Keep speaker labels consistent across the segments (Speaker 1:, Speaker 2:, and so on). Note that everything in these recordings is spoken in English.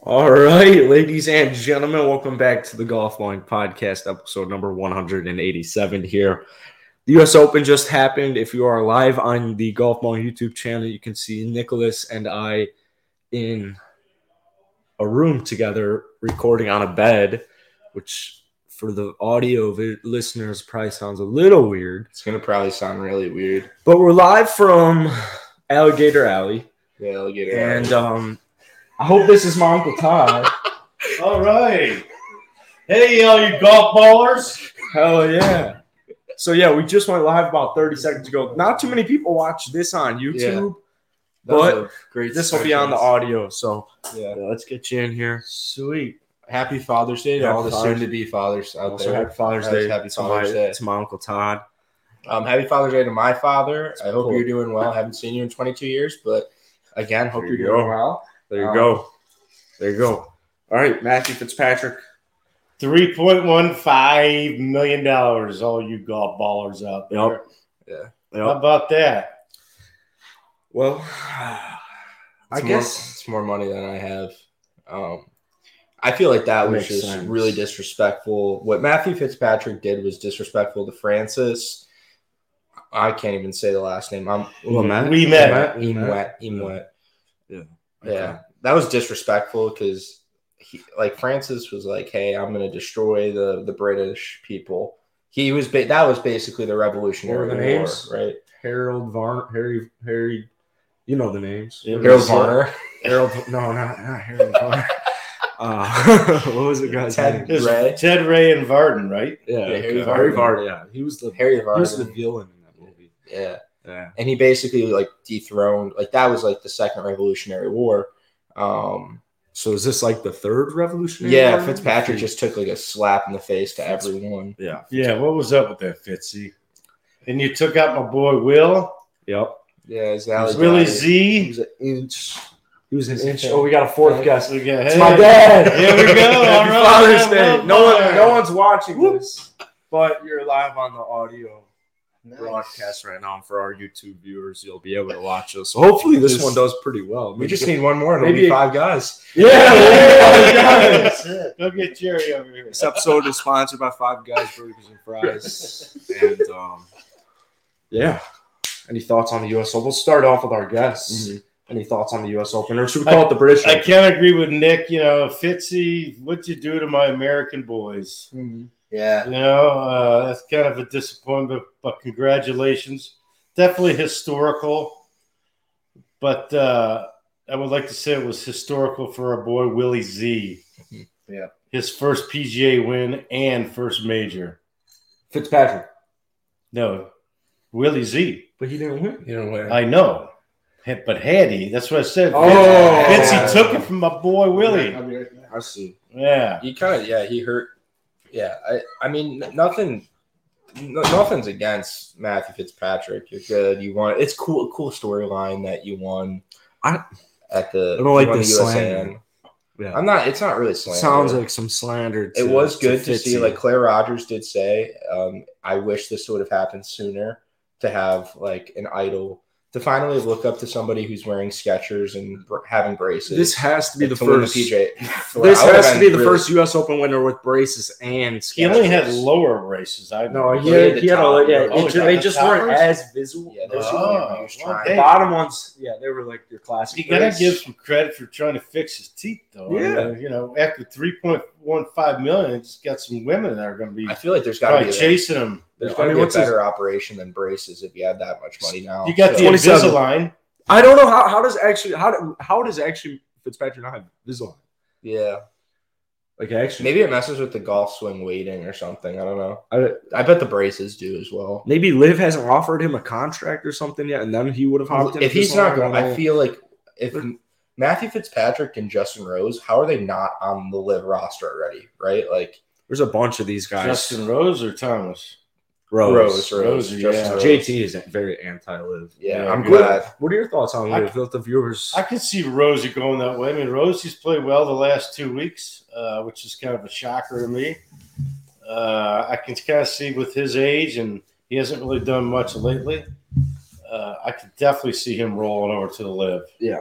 Speaker 1: All right, ladies and gentlemen, welcome back to the Golf Line Podcast, episode number 187 here. The US Open just happened. If you are live on the Golf Mall YouTube channel, you can see Nicholas and I in a room together recording on a bed, which for the audio vi- listeners probably sounds a little weird.
Speaker 2: It's gonna probably sound really weird.
Speaker 1: But we're live from Alligator Alley.
Speaker 2: Yeah, alligator.
Speaker 1: And um, I hope this is my Uncle Todd.
Speaker 3: All right. Hey, all you golf ballers.
Speaker 1: Hell yeah. So yeah, we just went live about 30 seconds ago. Not too many people watch this on YouTube. but
Speaker 2: great.
Speaker 1: This will be on the audio. So
Speaker 2: Yeah.
Speaker 1: yeah, let's get you in here.
Speaker 2: Sweet. Happy Father's Day to
Speaker 1: Happy
Speaker 2: all the
Speaker 1: Father's-
Speaker 2: soon-to-be fathers out
Speaker 1: Also,
Speaker 2: there.
Speaker 1: happy Father's
Speaker 2: Happy
Speaker 1: Day.
Speaker 2: Father's
Speaker 1: to, my,
Speaker 2: Day.
Speaker 1: to my Uncle Todd.
Speaker 2: Um, happy Father's Day to my father. I hope
Speaker 1: cool.
Speaker 2: you're doing well. haven't seen you in 22 years, but again, hope
Speaker 1: There
Speaker 2: you're
Speaker 1: you
Speaker 2: doing
Speaker 1: go.
Speaker 2: well.
Speaker 1: There you
Speaker 2: Um,
Speaker 1: go. There you go. All right, Matthew Fitzpatrick.
Speaker 3: $3.15 million, all you golf ballers out there.
Speaker 1: Yep.
Speaker 3: How
Speaker 1: Yep.
Speaker 3: about that?
Speaker 1: Well, I
Speaker 2: It's more-
Speaker 1: guess
Speaker 2: it's more money than I have. Um, I feel like that was
Speaker 1: Makes
Speaker 2: just
Speaker 1: sense.
Speaker 2: really disrespectful. What Matthew Fitzpatrick did was disrespectful to Francis. I can't even say the last name. I'm
Speaker 1: Well, Matt.
Speaker 3: We met.
Speaker 1: Matt, we met.
Speaker 2: Imwet. Imwet.
Speaker 1: Okay.
Speaker 2: Yeah, that was disrespectful because he like Francis was like, "Hey, I'm going to destroy the the British people." He was ba- that was basically the Revolutionary
Speaker 1: What were the
Speaker 2: War,
Speaker 1: names?
Speaker 2: right?
Speaker 1: Harold Varn, Harry, Harry, you know the names.
Speaker 3: It
Speaker 2: Harold
Speaker 3: was, uh,
Speaker 2: Varner,
Speaker 1: Harold, no, not, not Harold Varner. Uh, what was the guy's
Speaker 2: Ted
Speaker 1: name?
Speaker 3: It was
Speaker 2: Ray,
Speaker 3: Ted Ray and Varden, right?
Speaker 1: Yeah,
Speaker 2: Harry
Speaker 1: okay,
Speaker 2: Varden.
Speaker 1: Harry Varden. Yeah, he was the
Speaker 2: Harry
Speaker 1: he was the
Speaker 2: Varner.
Speaker 1: villain in that movie.
Speaker 2: Yeah.
Speaker 1: Yeah,
Speaker 2: and he basically like dethroned like that was like the second revolutionary war um
Speaker 1: So is this like the third revolutionary?
Speaker 2: yeah
Speaker 1: War?
Speaker 2: fitzpatrick just took like a slap in the face to everyone
Speaker 1: Yeah.
Speaker 3: Yeah, what was up with that, Fitzy? And you took out my boy Will,
Speaker 1: Yep.
Speaker 2: yeah his alley
Speaker 3: Willie
Speaker 2: guy.
Speaker 1: He
Speaker 3: Z.
Speaker 1: was an inch. He was an inch.
Speaker 2: inch-
Speaker 1: Oh, we got a fourth guest.
Speaker 3: We got-
Speaker 1: It's
Speaker 3: hey,
Speaker 1: my dad.
Speaker 3: Here we go.
Speaker 1: Happy
Speaker 3: All right.
Speaker 1: Father's
Speaker 3: Well
Speaker 1: Day. No one,
Speaker 3: done.
Speaker 1: no one's watching
Speaker 3: Whoop.
Speaker 1: this, but you're live on the audio
Speaker 2: Nice.
Speaker 1: broadcast right now. And for our YouTube viewers, you'll be able to watch us. So hopefully, this
Speaker 2: Just-
Speaker 1: one does pretty well.
Speaker 2: we just need one more and it'll
Speaker 1: Maybe-
Speaker 2: be five guys
Speaker 1: yeah. yeah, yeah.
Speaker 3: Go get Jerry over here.
Speaker 1: This episode is sponsored by Five Guys Burgers and Fries. And um, yeah, any thoughts on the U.S. Open? We'll start off with our guests.
Speaker 2: Mm-hmm.
Speaker 1: Any thoughts on the U.S. Open, or should we call it the British?
Speaker 3: I
Speaker 1: Open?
Speaker 3: can't agree with Nick. You know, Fitzy, what you do to my American boys?
Speaker 2: yeah
Speaker 3: You know, uh, that's kind of a disappointment, but congratulations. Definitely historical, but uh, I would like to say it was historical for our boy Willie Z.
Speaker 1: Mm-hmm.
Speaker 2: Yeah.
Speaker 3: his first PGA win and first major.
Speaker 1: Fitzpatrick,
Speaker 3: No, Willie Z.
Speaker 1: but he didn't win.
Speaker 2: you know what
Speaker 3: I know, but had he? That's what I said.
Speaker 1: Oh.
Speaker 3: Vince, he took it from my boy Willie.
Speaker 1: I see.
Speaker 3: Yeah.
Speaker 2: he kind of yeah he hurt yeah i i mean n- nothing no, nothing's against matthew fitzpatrick you're good you won. it's cool cool storyline that you won
Speaker 1: I-
Speaker 2: at the
Speaker 1: I don't like
Speaker 2: you won
Speaker 1: the
Speaker 2: USAN.
Speaker 1: slander. Yeah,
Speaker 2: i'm not it's not really slander.
Speaker 1: sounds like some slander. To,
Speaker 2: it was good to, see
Speaker 1: Fitzy.
Speaker 2: like claire rogers did say um, i wish this would have happened sooner to have like an idol to finally look up to somebody who's wearing sketchers and br- having braces
Speaker 1: this has to be the
Speaker 2: To win
Speaker 1: first.
Speaker 2: pj
Speaker 1: This has to be the first U.S. Open winner with braces and
Speaker 3: He only had
Speaker 1: scratches.
Speaker 3: lower races. I
Speaker 1: No,
Speaker 3: know.
Speaker 1: he
Speaker 2: Look
Speaker 1: had,
Speaker 2: at the
Speaker 1: he had all.
Speaker 2: top.
Speaker 1: Yeah,
Speaker 3: Oh,
Speaker 1: it ju-
Speaker 3: yeah,
Speaker 1: they
Speaker 3: the
Speaker 1: just
Speaker 3: top
Speaker 1: weren't
Speaker 3: ones?
Speaker 1: as visible.
Speaker 2: yeah there's
Speaker 3: Oh,
Speaker 2: oh, was
Speaker 3: well,
Speaker 2: trying
Speaker 1: The
Speaker 3: Hey.
Speaker 1: bottom ones, yeah, they were like your classic.
Speaker 3: You gotta
Speaker 1: bricks.
Speaker 3: give some credit for trying to fix his teeth, though. I
Speaker 1: Yeah.
Speaker 3: mean, you know, after three point one five million, it's got some women that are gonna be
Speaker 2: i feel like there's got to
Speaker 3: probably
Speaker 2: be a,
Speaker 3: chasing him.
Speaker 2: there's
Speaker 1: I
Speaker 2: got to
Speaker 1: mean,
Speaker 2: be a
Speaker 1: what's his-
Speaker 2: better operation than braces if you have that much money now
Speaker 3: You got
Speaker 2: So-
Speaker 3: the
Speaker 1: 27.
Speaker 3: Invisalign.
Speaker 1: I don't know how, how does actually how do, how does actually Fitzpatrick not have Invisalign?
Speaker 2: yeah
Speaker 1: Like actually,
Speaker 2: maybe it messes with the golf swing weighting or something i don't know
Speaker 1: I,
Speaker 2: i bet the braces do as well
Speaker 1: maybe Liv hasn't offered him a contract or something yet, and then he would have hopped in.
Speaker 2: if he's
Speaker 1: Invisalign.
Speaker 2: not going,
Speaker 1: I don't
Speaker 2: I
Speaker 1: know.
Speaker 2: feel like if Matthew Fitzpatrick and Justin Rose, how are they not on the live roster already? Right, like
Speaker 1: there's a bunch of these guys.
Speaker 3: Justin Rose or Thomas?
Speaker 1: Rose,
Speaker 2: Rose, Rose,
Speaker 3: Rose, yeah.
Speaker 2: Justin Rose.
Speaker 1: JT is very anti-Liv.
Speaker 2: Yeah,
Speaker 3: Yeah,
Speaker 2: I'm
Speaker 3: good.
Speaker 2: glad.
Speaker 1: What are your thoughts on
Speaker 3: I-
Speaker 1: Liv? Let the viewers.
Speaker 3: I can see Rosie going that way. I mean, Rosie's played well the last two weeks, uh, which is kind of a shocker to me. Uh, I can kind of see with his age, and he hasn't really done much lately. Uh, I could definitely see him rolling over to the live.
Speaker 1: Yeah.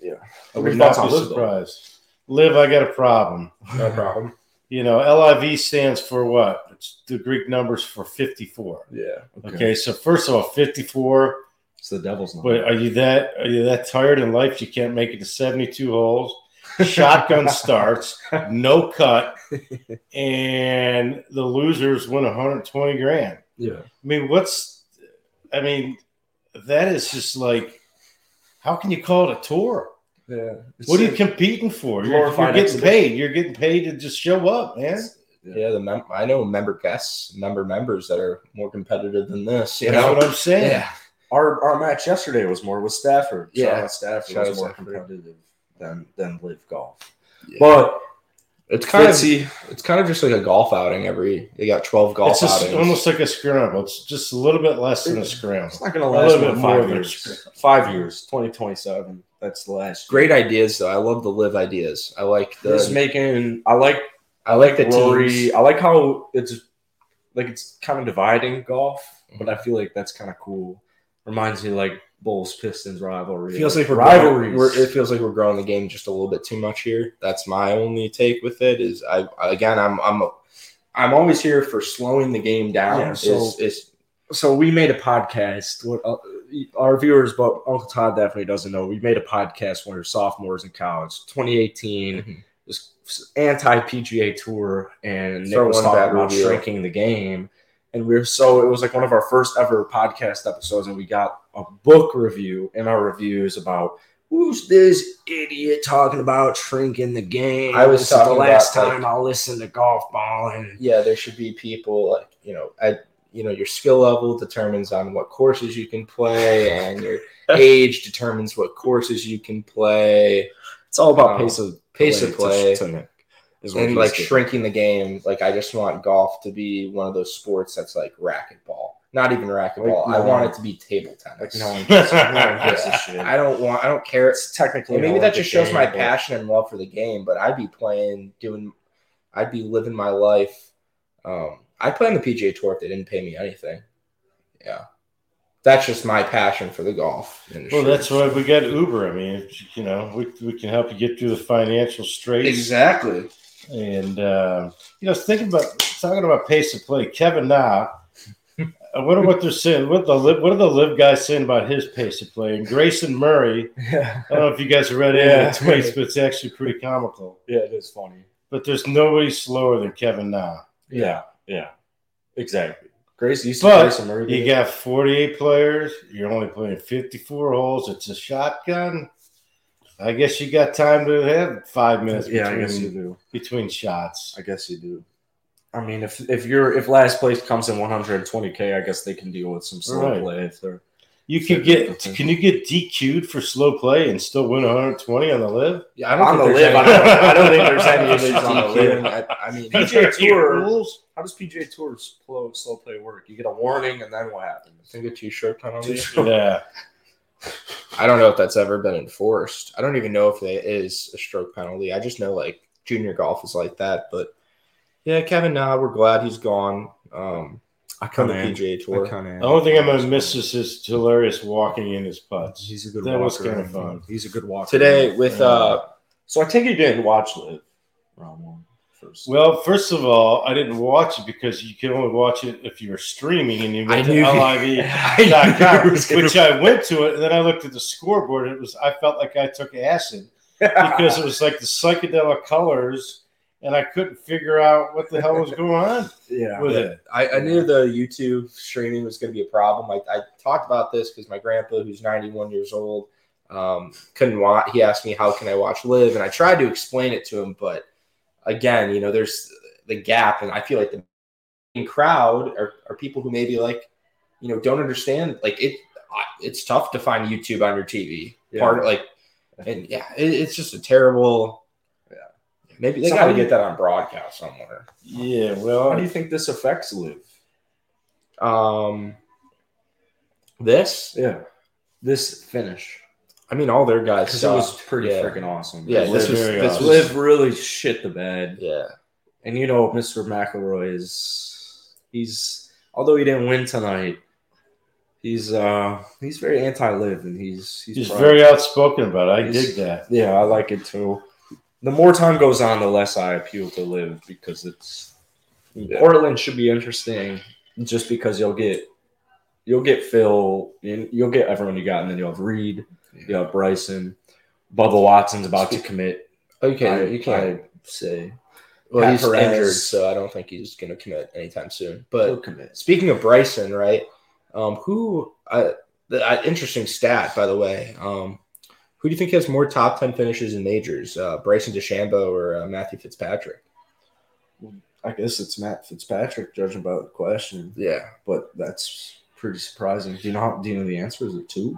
Speaker 1: Yeah.
Speaker 3: I
Speaker 1: What are
Speaker 3: would
Speaker 1: your
Speaker 3: not
Speaker 1: thoughts on
Speaker 3: be
Speaker 1: Liv, though?
Speaker 3: surprised. Liv, I got a problem.
Speaker 2: No problem.
Speaker 3: You know, LIV stands for what? It's the Greek numbers for 54.
Speaker 2: Yeah.
Speaker 3: Okay, so first of all, 54.
Speaker 1: It's the devil's
Speaker 3: But
Speaker 2: uh,
Speaker 1: number.
Speaker 3: are you that are you that tired in life you can't make it to 72 holes? Shotgun starts, no cut, and the losers win 120 grand.
Speaker 1: Yeah.
Speaker 3: I mean, what's I mean, that is just like how can you call it a tour?
Speaker 2: Yeah.
Speaker 3: What are
Speaker 1: uh,
Speaker 3: you competing for? You're, you're
Speaker 1: Glorified
Speaker 3: getting
Speaker 1: exhibition.
Speaker 3: paid. You're getting paid to just show up, man.
Speaker 2: Yeah, the mem- I know member guests, member members that are more competitive than this. You
Speaker 3: That's
Speaker 2: know.
Speaker 3: what I'm saying.
Speaker 2: Yeah.
Speaker 1: Our our match yesterday was more with Stafford.
Speaker 2: Yeah.
Speaker 1: Shout out Stafford
Speaker 2: Shout out
Speaker 1: was more
Speaker 2: Stafford.
Speaker 1: competitive than than live golf.
Speaker 2: Yeah.
Speaker 1: But
Speaker 2: It's kind of
Speaker 1: Fitzy-
Speaker 2: it's kind of just like a golf outing. Every they got twelve golf
Speaker 3: It's just
Speaker 2: outings.
Speaker 3: almost like a scramble. It's just a little bit less than a
Speaker 1: It's-
Speaker 3: scramble.
Speaker 1: it's not gonna
Speaker 3: A
Speaker 1: last more
Speaker 3: little
Speaker 1: than
Speaker 3: bit more
Speaker 1: five
Speaker 3: of a
Speaker 1: years.
Speaker 3: scramble.
Speaker 1: Five years, twenty twenty seven. That's the last.
Speaker 2: great ideas though. I love the live ideas. I like the
Speaker 1: This making I like
Speaker 2: I like the
Speaker 1: Rory.
Speaker 2: teams.
Speaker 1: I like how it's like it's kind of dividing golf,
Speaker 2: Mm-hmm.
Speaker 1: but I feel like that's kind of cool. Reminds me like Bulls Pistons rivalry.
Speaker 2: feels like we're
Speaker 1: rivalries.
Speaker 2: Growing, we're, it feels like we're growing the game just a little bit too much here. That's my only take with it. Is I again I'm I'm I'm always here for slowing the game down.
Speaker 1: Yeah,
Speaker 2: Is-
Speaker 1: so-
Speaker 2: is-
Speaker 1: so we made a podcast. What uh, our viewers, but Uncle Todd definitely doesn't know. We made a podcast when we were sophomores in college, 2018.
Speaker 2: Mhm.
Speaker 1: This anti PGA tour, and Nick
Speaker 2: Throw
Speaker 1: was
Speaker 2: one
Speaker 1: talking
Speaker 2: bad
Speaker 1: about
Speaker 2: review.
Speaker 1: shrinking the game. And we were so it was like one of our first ever podcast episodes, and we got a book review in our reviews about who's this idiot talking about shrinking the game.
Speaker 2: I was
Speaker 1: This is the
Speaker 2: talking about,
Speaker 1: last
Speaker 2: like-
Speaker 1: time I listened to golf ball, and
Speaker 2: yeah, there should be people like you know at you know your skill level determines on what courses you can play, and your age determines what courses you can play.
Speaker 1: it's all about
Speaker 2: Um,
Speaker 1: pace of
Speaker 2: pace of play.
Speaker 1: to, to Nick. is what
Speaker 2: and
Speaker 1: he's
Speaker 2: like
Speaker 1: getting.
Speaker 2: shrinking the game. Like I just want golf to be one of those sports that's like racquetball. Not even racquetball.
Speaker 1: Like,
Speaker 2: I
Speaker 1: no.
Speaker 2: want it to be table tennis.
Speaker 1: Like no one gives, no one gives a shit.
Speaker 2: I don't want. I don't care.
Speaker 1: it's technically
Speaker 2: And maybe
Speaker 1: an
Speaker 2: that just
Speaker 1: Olympic
Speaker 2: shows my
Speaker 1: game, but
Speaker 2: passion and love for the game. But I'd be playing, doing, I'd be living my life. Um, I'd play on the PGA Tour if they didn't pay me anything. Yeah, that's just my passion for the golf industry.
Speaker 3: Well, that's why we got Uber. I mean, you know, we, we can help you get through the financial straits.
Speaker 2: exactly.
Speaker 3: And, uh, you know, thinking about talking about pace of play, Kevin Na, I wonder what they're saying. What the live, what are the live guys saying about his pace of play? And Grayson Murray,
Speaker 1: yeah,
Speaker 3: I don't know if you guys read any of the tweets, but it's actually pretty comical.
Speaker 1: yeah, it is funny.
Speaker 3: But there's nobody slower than Kevin Na.
Speaker 1: Yeah, yeah, exactly. Grace used to
Speaker 3: But
Speaker 1: play some early.
Speaker 3: You got 48 players. You're only playing 54 holes. It's a shotgun. I guess you got time to have five minutes
Speaker 1: yeah, I
Speaker 3: between,
Speaker 1: guess you do.
Speaker 3: between shots.
Speaker 1: I guess you do. I mean, if if you're if last place comes in 120k, I guess they can deal with some slow
Speaker 3: Right.
Speaker 1: play if they're.
Speaker 3: You can get can you get DQ'd for slow play and still win 120 on the live?
Speaker 2: Yeah, I don't
Speaker 1: On the
Speaker 2: think
Speaker 1: live,
Speaker 2: there's
Speaker 1: I
Speaker 2: any-
Speaker 1: don't, I don't think there's any issues on the
Speaker 2: DQing.
Speaker 1: live.
Speaker 2: I, I mean, I
Speaker 1: PGA
Speaker 3: Are there any
Speaker 1: Tour.
Speaker 3: rules.
Speaker 1: How does PGA Tour slow slow play work? You get a warning, and then what happens?
Speaker 2: think a two-shirt penalty.
Speaker 3: Yeah,
Speaker 2: I don't know if that's ever been enforced. I don't even know if it is a stroke penalty. I just know like junior golf is like that. But yeah, Kevin Na, we're glad he's gone. Um,
Speaker 1: I
Speaker 2: on
Speaker 1: kind
Speaker 2: the
Speaker 1: of
Speaker 2: PGA Tour.
Speaker 3: the only thing I'm gonna miss is his hilarious walking in his putts.
Speaker 1: He's a good
Speaker 3: That
Speaker 1: walker.
Speaker 3: was kinda fun.
Speaker 1: He's a good walker.
Speaker 2: Today with uh,
Speaker 1: So I take it you didn't watch Live round one first.
Speaker 3: Well, first of all, I didn't watch it because you can only watch it if you were streaming and you
Speaker 2: I
Speaker 3: went to
Speaker 2: knew-
Speaker 3: LIV. dot com, which I went to it, and then I looked at the scoreboard. And it was I felt like I took acid because it was like the psychedelic colors, and I couldn't figure out what the hell was going on
Speaker 1: yeah.
Speaker 3: with
Speaker 2: Yeah.
Speaker 3: it.
Speaker 2: I, I knew the YouTube streaming was going to be a problem. I, I talked about this because my grandpa, who's 91 years old, um, couldn't watch. He asked me, "How can I watch live?" And I tried to explain it to him, but again, you know, there's the gap, and I feel like the main crowd are, are people who maybe like, you know, don't understand. Like it, I- it's tough to find YouTube on your TV.
Speaker 1: Yeah.
Speaker 2: Part of, like, and yeah, it, it's just a terrible.
Speaker 1: Yeah.
Speaker 2: Maybe they
Speaker 1: So
Speaker 2: got
Speaker 1: how
Speaker 2: to
Speaker 1: do you-
Speaker 2: get that on broadcast somewhere.
Speaker 3: Yeah,
Speaker 1: How do
Speaker 3: well,
Speaker 1: you think this affects Live?
Speaker 2: Um, this,
Speaker 1: Yeah. This finish.
Speaker 2: I mean, all their guys.
Speaker 1: Because it was
Speaker 2: sucked.
Speaker 1: pretty
Speaker 2: yeah.
Speaker 1: freaking awesome.
Speaker 2: Yeah, this
Speaker 3: Live
Speaker 2: was
Speaker 3: very
Speaker 2: this
Speaker 3: awesome.
Speaker 2: was,
Speaker 1: Live really shit the bed.
Speaker 2: yeah.
Speaker 1: And you know Mr. McElroy is he's although he didn't win tonight, he's uh he's very anti live and he's
Speaker 3: he's
Speaker 1: probably-
Speaker 3: very outspoken about it. I
Speaker 1: He's-
Speaker 3: dig that.
Speaker 1: Yeah, I like it too. the more time goes on, the less I appeal to live because it's Portland should be interesting just because you'll get you'll get Phil, you- you'll get everyone you got, and then you'll have Reed, you'll have Bryson, Bubba Watson's about to commit.
Speaker 2: Oh, you can't.
Speaker 1: I-
Speaker 2: you can't
Speaker 1: say
Speaker 2: well,
Speaker 1: Pat
Speaker 2: he's
Speaker 1: Perez.
Speaker 2: injured, so I don't think he's going to commit anytime soon. But
Speaker 1: he'll commit.
Speaker 2: Speaking of Bryson, right? Um, who? Uh, the, uh, interesting stat, by the way. Um, who do you think has more top ten finishes in majors, uh, Bryson DeChambeau or uh, Matthew Fitzpatrick?
Speaker 1: I guess it's Matt Fitzpatrick judging by the question,
Speaker 2: Yeah,
Speaker 1: but that's pretty surprising. Do you know how, do you know the answer? Is it two?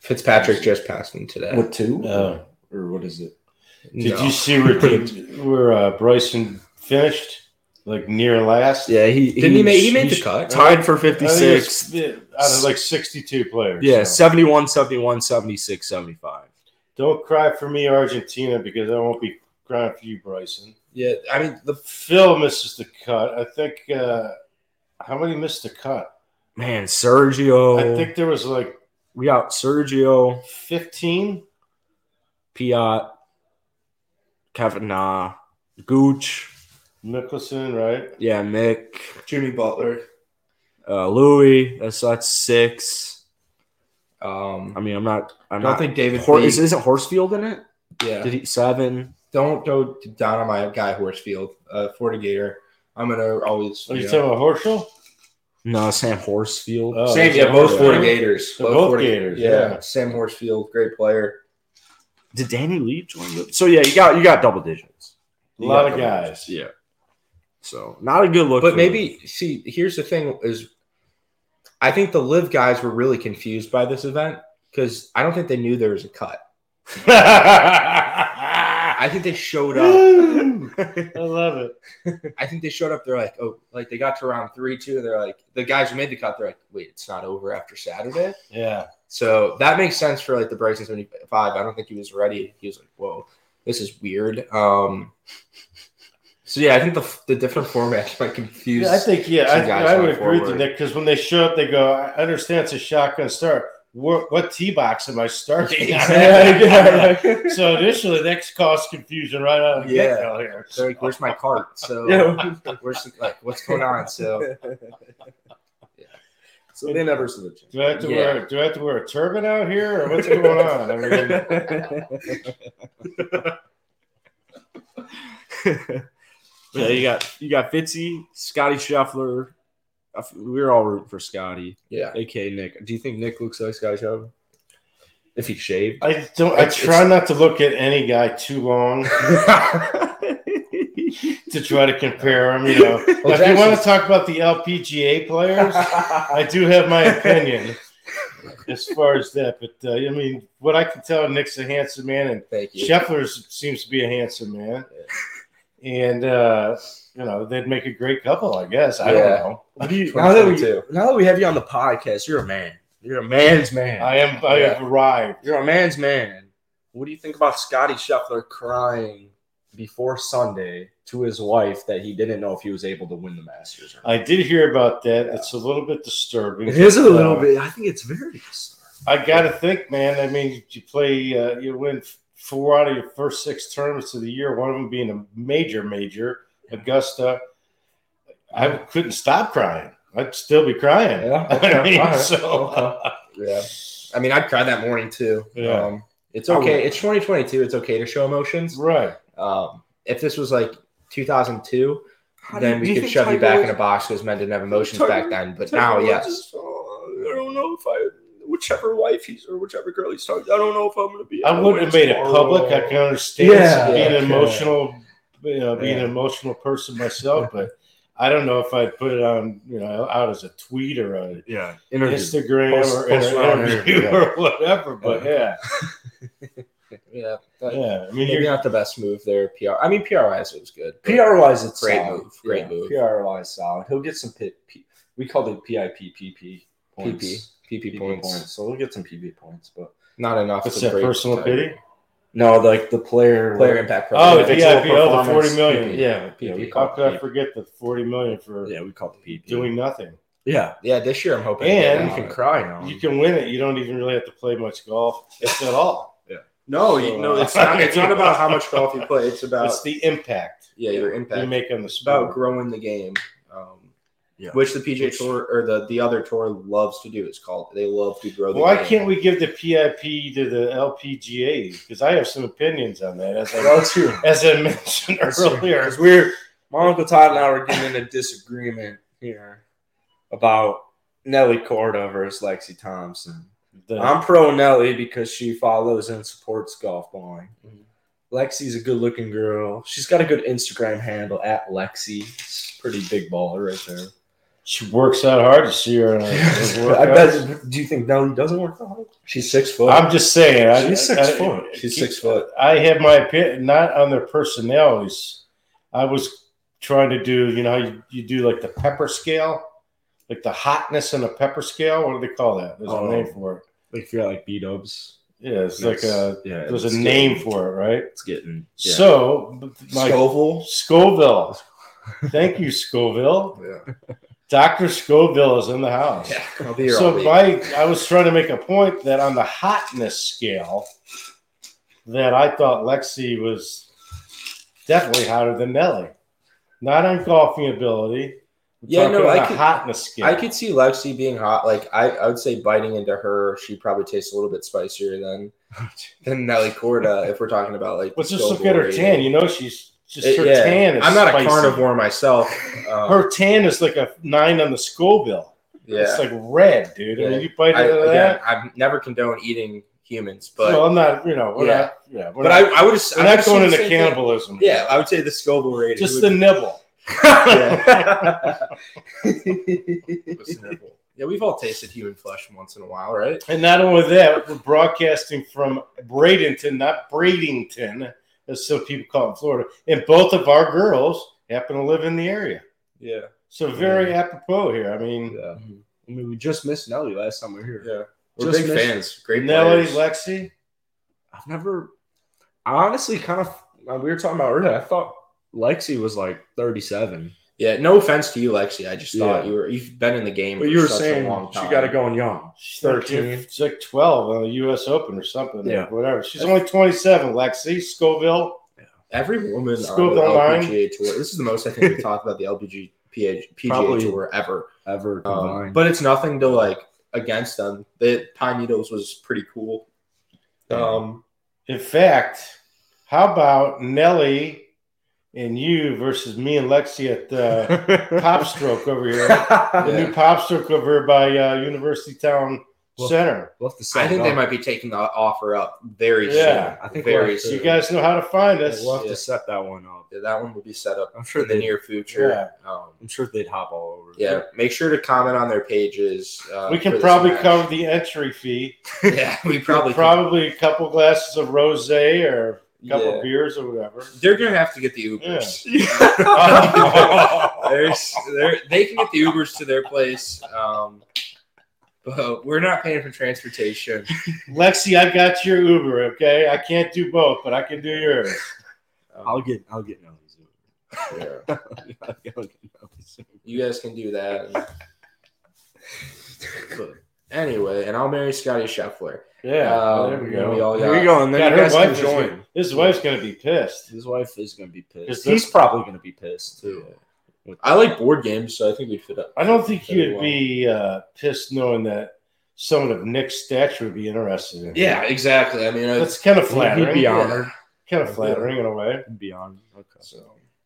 Speaker 2: Fitzpatrick just passed him today.
Speaker 1: What two?
Speaker 3: No.
Speaker 1: Or what is it?
Speaker 3: Uh, Did
Speaker 2: No.
Speaker 3: you see where where uh, Bryson finished? Like near last?
Speaker 1: Yeah, he
Speaker 2: Didn't he make? He uh, made the cut.
Speaker 1: tied for
Speaker 3: I think it was
Speaker 1: 56.
Speaker 3: yeah, out of like 62 players.
Speaker 1: Yeah,
Speaker 3: so.
Speaker 1: 71, 71, 76, 75.
Speaker 3: Don't cry for me, Argentina, because I won't be crying for you, Bryson.
Speaker 2: Yeah, I mean the
Speaker 3: Phil misses the cut. I think. Uh, how many missed the cut?
Speaker 1: Man, Sergio.
Speaker 2: Oh.
Speaker 3: I think there was like
Speaker 1: we got Sergio,
Speaker 3: 15.
Speaker 1: Piat, Kavanaugh, Gooch,
Speaker 3: Mickelson, right?
Speaker 1: yeah, Mick,
Speaker 2: Jimmy Butler.
Speaker 1: uh, Louis. That's that's six.
Speaker 2: Um,
Speaker 1: I mean, I'm not.
Speaker 2: I
Speaker 1: I'm
Speaker 2: don't
Speaker 1: not.
Speaker 2: think David.
Speaker 1: Hor-
Speaker 2: Lee-
Speaker 1: is, isn't Horsefield in it?
Speaker 2: yeah,
Speaker 1: Did he seven?
Speaker 2: don't go down on my guy Horsfield, uh, Fortigator. I'm gonna always.
Speaker 3: Are you
Speaker 2: you know-
Speaker 3: talking about Horschel?
Speaker 1: No, Sam Horsefield.
Speaker 3: Oh,
Speaker 2: Same,
Speaker 3: is
Speaker 2: yeah,
Speaker 3: that
Speaker 2: both
Speaker 3: right?
Speaker 2: Florida Gators.
Speaker 3: They're both
Speaker 2: Florida-
Speaker 3: Gators,
Speaker 2: yeah.
Speaker 3: yeah.
Speaker 2: Sam Horsfield, great player.
Speaker 1: Did Danny Lee join? The- so yeah, you got you got double digits.
Speaker 3: A lot of guys.
Speaker 1: Yeah. So not a good look.
Speaker 2: But
Speaker 1: for them.
Speaker 2: maybe see, here's the thing: is I think the live guys were really confused by this event because I don't think they knew there was a cut.
Speaker 3: I
Speaker 2: I think they showed up.
Speaker 3: love it.
Speaker 2: I think they showed up. They're like, oh, like they got to round three, two. And they're like, the guys who made the cut, they're like, wait, it's not over after Saturday.
Speaker 3: Yeah.
Speaker 2: So that makes sense for like the Bryson 75. I don't think he was ready. He was like, whoa, this is weird. Um, so yeah, I think the, the different formats might confuse.
Speaker 3: yeah I think, yeah,
Speaker 2: some guys
Speaker 3: I, I would
Speaker 2: going
Speaker 3: agree with you,
Speaker 2: forward.
Speaker 3: Nick, because when they show up, they go, I understand it's a shotgun start. What, what tee box am I starting?
Speaker 2: Exactly.
Speaker 3: so initially, that's caused confusion right out of the
Speaker 2: Yeah.
Speaker 3: get-go here.
Speaker 2: They're like, where's my cart? So where's the- like what's going on? So
Speaker 1: so they never said
Speaker 3: Do I have to
Speaker 2: Yeah.
Speaker 3: wear? Do I have to wear a turban out here, or what's going on? I mean,
Speaker 1: yeah, you got you got Fitzy, Scotty Scheffler. I f- We were all rooting for Scotty,
Speaker 2: yeah.
Speaker 1: aka Nick. Do you think Nick looks like Scotty Scheffler if he shaved?
Speaker 3: I don't. I
Speaker 2: It's-
Speaker 3: try not to look at any guy too long to try to compare him. You know,
Speaker 2: Well,
Speaker 3: if you want
Speaker 2: Jackson's-
Speaker 3: to talk about the LPGA players, I do have my opinion as far as that. But uh, I mean, what I can tell, Nick's a handsome man, and
Speaker 2: Thank you.
Speaker 3: Scheffler seems to be a handsome man. And uh, you know, they'd make a great couple, I guess. I don't
Speaker 2: Yeah.
Speaker 3: know.
Speaker 1: What do you- now that we
Speaker 2: 2022.
Speaker 1: now that we have you on the podcast, you're a man. You're a man's man.
Speaker 3: I am. I have arrived.
Speaker 1: You're a man's man. What do you think about Scotty Scheffler crying before Sunday to his wife that he didn't know if he was able to win the Masters? Or not?
Speaker 3: I did hear about that. It's a little bit disturbing.
Speaker 1: It is a little
Speaker 3: Uh,
Speaker 1: bit. I think it's very disturbing.
Speaker 3: I got to think, man. I mean, you play, uh, you win four out of your first six tournaments of the year. One of them being a major, major Augusta. I couldn't stop crying. I'd still be crying.
Speaker 2: Yeah,
Speaker 3: I mean,
Speaker 2: all right,
Speaker 3: so
Speaker 2: Yeah. I mean, I'd cry that morning too.
Speaker 3: Yeah.
Speaker 2: Um, it's
Speaker 3: I
Speaker 2: okay.
Speaker 3: would.
Speaker 2: It's 2022. It's okay to show emotions.
Speaker 3: right.
Speaker 2: Um, if this was like 2002,
Speaker 1: How do you-
Speaker 2: then
Speaker 1: do
Speaker 2: we
Speaker 1: you
Speaker 2: could
Speaker 1: think
Speaker 2: shove you
Speaker 1: Tiger
Speaker 2: back
Speaker 1: Woods-
Speaker 2: in a box because men didn't have emotions
Speaker 1: Tiger-
Speaker 2: back then. But
Speaker 1: Tiger
Speaker 2: now,
Speaker 1: Woods
Speaker 2: yes.
Speaker 1: is, uh, I don't know if I, whichever wife he's or whichever girl he's talking, to, I don't know if I'm gonna be.
Speaker 3: I
Speaker 1: able to
Speaker 3: wouldn't have
Speaker 1: win
Speaker 3: made it
Speaker 1: tomorrow.
Speaker 3: public. I can understand
Speaker 1: Yeah.
Speaker 3: being an
Speaker 2: Yeah.
Speaker 3: emotional, you know, being
Speaker 2: Yeah.
Speaker 3: an emotional person myself, but I don't know if I'd put it on, you know, out as a tweet or a
Speaker 1: Yeah, interview.
Speaker 3: Instagram
Speaker 1: Post-
Speaker 3: or
Speaker 1: post
Speaker 3: inter-
Speaker 1: around
Speaker 3: interview
Speaker 1: there, yeah.
Speaker 3: or whatever. But yeah,
Speaker 2: Yeah. That,
Speaker 3: yeah. I mean,
Speaker 2: Maybe
Speaker 3: you're,
Speaker 2: not the best move there. PR. I mean, PR wise, it was good. but-
Speaker 1: PR wise, it's
Speaker 2: Great
Speaker 1: solid.
Speaker 2: move, great move.
Speaker 1: PR wise, solid. He'll get some pit. P, we called it PIPPP points.
Speaker 2: PP. PP
Speaker 1: PP
Speaker 2: points.
Speaker 1: So he'll get some PB points, but
Speaker 2: Not enough.
Speaker 3: what's
Speaker 2: to
Speaker 3: that
Speaker 2: break
Speaker 3: personal
Speaker 2: Tiger.
Speaker 3: pity?
Speaker 1: no, like the player
Speaker 2: Player impact.
Speaker 3: Oh,
Speaker 2: program.
Speaker 3: yeah,
Speaker 1: individual
Speaker 3: yeah, oh, the 40
Speaker 1: performance,
Speaker 3: million.
Speaker 1: PP.
Speaker 2: Yeah,
Speaker 1: yeah, we
Speaker 2: PP.
Speaker 3: How
Speaker 1: call
Speaker 3: could I
Speaker 1: it PP.
Speaker 3: forget the forty million for
Speaker 1: Yeah, we call it PP.
Speaker 3: doing nothing?
Speaker 1: yeah,
Speaker 2: Yeah, this year I'm hoping.
Speaker 3: And-
Speaker 2: you can cry.
Speaker 1: cry now.
Speaker 3: You can win it. You don't even really have to play much golf, if at all.
Speaker 1: Yeah.
Speaker 2: No, you, no, it's not. It's not about how much golf you play. It's about
Speaker 3: it's the impact
Speaker 2: yeah, your impact.
Speaker 3: you make on the
Speaker 2: It's about
Speaker 3: sport.
Speaker 2: growing the game, um,
Speaker 1: Yeah.
Speaker 2: which the PJ
Speaker 3: Which-
Speaker 2: Tour or the, the other tour loves to do. It's called they love to grow. The
Speaker 3: Why
Speaker 2: game.
Speaker 3: can't we give the PIP to the LPGA? Because I have some opinions on that. As I,
Speaker 2: Well, it's true.
Speaker 3: as I mentioned earlier,
Speaker 1: Because we're my uncle Todd and I were getting in a disagreement here about Nellie Corda versus Lexi Thompson.
Speaker 3: the-
Speaker 1: I'm pro Nelly because she follows and supports golf balling.
Speaker 2: Mhm.
Speaker 1: Lexi's a good looking girl. She's got a good Instagram handle at Lexi. It's a pretty big baller right there.
Speaker 3: she works out hard to see her. in her- her
Speaker 1: I
Speaker 3: workouts.
Speaker 1: bet. Do you think Nelly doesn't work that hard?
Speaker 2: She's six foot.
Speaker 3: I'm just saying. I-
Speaker 1: She's
Speaker 3: I-
Speaker 1: six
Speaker 3: I-
Speaker 1: foot.
Speaker 2: She's six foot.
Speaker 3: I have my opinion, not on their personalities. I was trying to do, you know, how you, you do like the pepper scale, like the hotness on a pepper scale. What do they call that? There's
Speaker 1: Oh.
Speaker 3: a name for it.
Speaker 1: Like if you're at like B dubs.
Speaker 3: Yeah, it's like a,
Speaker 1: yeah.
Speaker 3: there's
Speaker 1: it's
Speaker 3: a name for it, right?
Speaker 1: It's getting
Speaker 3: So, but my
Speaker 1: Scoville.
Speaker 3: Scoville. Thank you, Scoville.
Speaker 2: Yeah.
Speaker 3: Dr. Scoville is in the house.
Speaker 2: I'll be here all
Speaker 3: so
Speaker 2: week.
Speaker 3: my, I was trying to make a point that on the hotness scale, that I thought Lexi was definitely hotter than Nelly. Not on golfing ability. We're
Speaker 2: Yeah,
Speaker 3: talking
Speaker 2: no, I
Speaker 3: on a
Speaker 2: could-
Speaker 3: hotness scale.
Speaker 2: I could see Lexi being hot. Like I, I would say biting into her, she probably tastes a little bit spicier than than Nelly Corda. if we're talking about like.
Speaker 3: Let's just
Speaker 2: skill
Speaker 3: look at her
Speaker 2: rating.
Speaker 3: tan. You know, she's just
Speaker 2: It-
Speaker 3: her
Speaker 2: Uh, yeah.
Speaker 3: tan is.
Speaker 2: I'm not
Speaker 3: spicy.
Speaker 2: a carnivore myself. Um,
Speaker 3: Her tan is like a nine on the Scoville.
Speaker 2: yeah.
Speaker 3: It's like red, dude. I
Speaker 2: Yeah.
Speaker 3: mean, you bite
Speaker 2: I,
Speaker 3: into
Speaker 2: again,
Speaker 3: that.
Speaker 2: I've never condone eating humans, but
Speaker 3: well, I'm not. You know, we're
Speaker 2: Yeah.
Speaker 3: not. Yeah, we're
Speaker 2: but
Speaker 3: not,
Speaker 2: I, I would. just-
Speaker 3: we're
Speaker 2: I would
Speaker 3: not
Speaker 2: assume
Speaker 3: going
Speaker 2: the
Speaker 3: into
Speaker 2: same thing.
Speaker 3: cannibalism.
Speaker 2: Yeah, I would say the Scoville rating.
Speaker 3: just the
Speaker 2: would-
Speaker 3: nibble.
Speaker 2: yeah. yeah, we've all tasted human flesh once in a while, right?
Speaker 3: And not only that, we're broadcasting from Bradenton, not Bradenton, as some people call it in Florida. And both of our girls happen to live in the area.
Speaker 2: Yeah.
Speaker 3: So very apropos here. I mean,
Speaker 2: Yeah.
Speaker 1: I mean, we just missed Nelly last time we were here.
Speaker 2: Yeah. We're
Speaker 1: Just
Speaker 2: big
Speaker 1: miss-
Speaker 2: fans. Great
Speaker 3: Nelly,
Speaker 2: players.
Speaker 3: Lexi,
Speaker 1: I've never I honestly kind of uh, we were talking about earlier. I thought Lexi was like 37.
Speaker 2: Yeah, no offense to you, Lexi. I just thought
Speaker 1: Yeah.
Speaker 2: you were you've been in the game
Speaker 1: But
Speaker 2: for
Speaker 1: you were
Speaker 2: such a
Speaker 1: saying
Speaker 2: long
Speaker 1: she
Speaker 2: time.
Speaker 1: got it going young.
Speaker 3: she's
Speaker 1: 13.
Speaker 3: Like, she's like 12 on the U.S. Open or something.
Speaker 1: Yeah.
Speaker 3: Yeah. whatever. She's only 27, Lexi, Scoville.
Speaker 2: Every woman on the
Speaker 3: Scoop online.
Speaker 2: LPGA tour. This is the most I think we've talked about the LPG PA, PGA
Speaker 1: Probably.
Speaker 2: tour ever.
Speaker 1: Ever
Speaker 2: Um,
Speaker 1: combined.
Speaker 2: but it's nothing to like against them. The Pine Needles was pretty cool. Um,
Speaker 3: In fact, how about Nelly and you versus me and Lexi at the Pop Stroke over here? The
Speaker 2: Yeah.
Speaker 3: new pop strip over by uh, University Town
Speaker 1: Well,
Speaker 3: Center.
Speaker 1: We'll have to set
Speaker 2: I
Speaker 1: it
Speaker 2: think they
Speaker 1: up.
Speaker 2: might be taking the offer up very
Speaker 3: Yeah,
Speaker 2: soon.
Speaker 1: I think
Speaker 2: very
Speaker 1: we're-
Speaker 2: soon.
Speaker 3: You guys know how to find
Speaker 1: Yeah,
Speaker 3: us.
Speaker 1: we'll have
Speaker 2: Yeah.
Speaker 1: to set that one up.
Speaker 2: Yeah, that one will be set up
Speaker 1: I'm sure
Speaker 2: in the
Speaker 1: they
Speaker 2: near future. Um,
Speaker 1: I'm sure they'd hop all over.
Speaker 2: yeah, make sure to comment on their pages. Uh,
Speaker 3: we
Speaker 2: for
Speaker 3: can
Speaker 2: this
Speaker 3: probably
Speaker 2: match.
Speaker 3: cover the entry fee.
Speaker 2: Yeah, we probably. can.
Speaker 3: probably a couple glasses of rosé or a couple
Speaker 2: Yeah.
Speaker 3: beers or whatever.
Speaker 2: They're gonna have to get the Ubers. There's, they're, they can get the Ubers to their place, um, but we're not paying for transportation.
Speaker 3: Lexi, I got your Uber. Okay, I can't do both, but I can do yours.
Speaker 1: I'll get I'll get Nelly's.
Speaker 2: Um, Yeah.
Speaker 1: I'll get Nelly's.
Speaker 2: You guys can do that. But anyway, and I'll marry Scotty Scheffler.
Speaker 3: Yeah, Oh,
Speaker 2: Um,
Speaker 3: there we
Speaker 2: and
Speaker 3: go.
Speaker 2: we all
Speaker 1: Here
Speaker 2: got-
Speaker 1: you go, and
Speaker 3: God,
Speaker 1: then
Speaker 3: her
Speaker 1: you guys
Speaker 3: wife
Speaker 1: can
Speaker 3: is
Speaker 1: join.
Speaker 3: gonna- his wife's gonna be pissed.
Speaker 1: His wife is gonna be pissed.
Speaker 3: Is
Speaker 1: He's
Speaker 3: this-
Speaker 1: probably gonna be pissed too. With-
Speaker 2: I like board games, so I think we'd fit up.
Speaker 3: I don't think
Speaker 2: Very
Speaker 3: you'd be uh, pissed knowing that someone of Nick's stature would be interested in.
Speaker 2: Yeah, exactly. I mean,
Speaker 3: That's kind of
Speaker 1: He'd-
Speaker 3: flattering.
Speaker 1: he'd be
Speaker 2: Yeah.
Speaker 1: honored.
Speaker 3: Kind of flattering in a way.
Speaker 1: He'd be honored. Okay,
Speaker 2: so.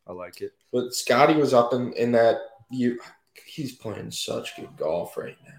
Speaker 1: I like it.
Speaker 2: But Scotty was up in, in that you he's playing such good golf right now.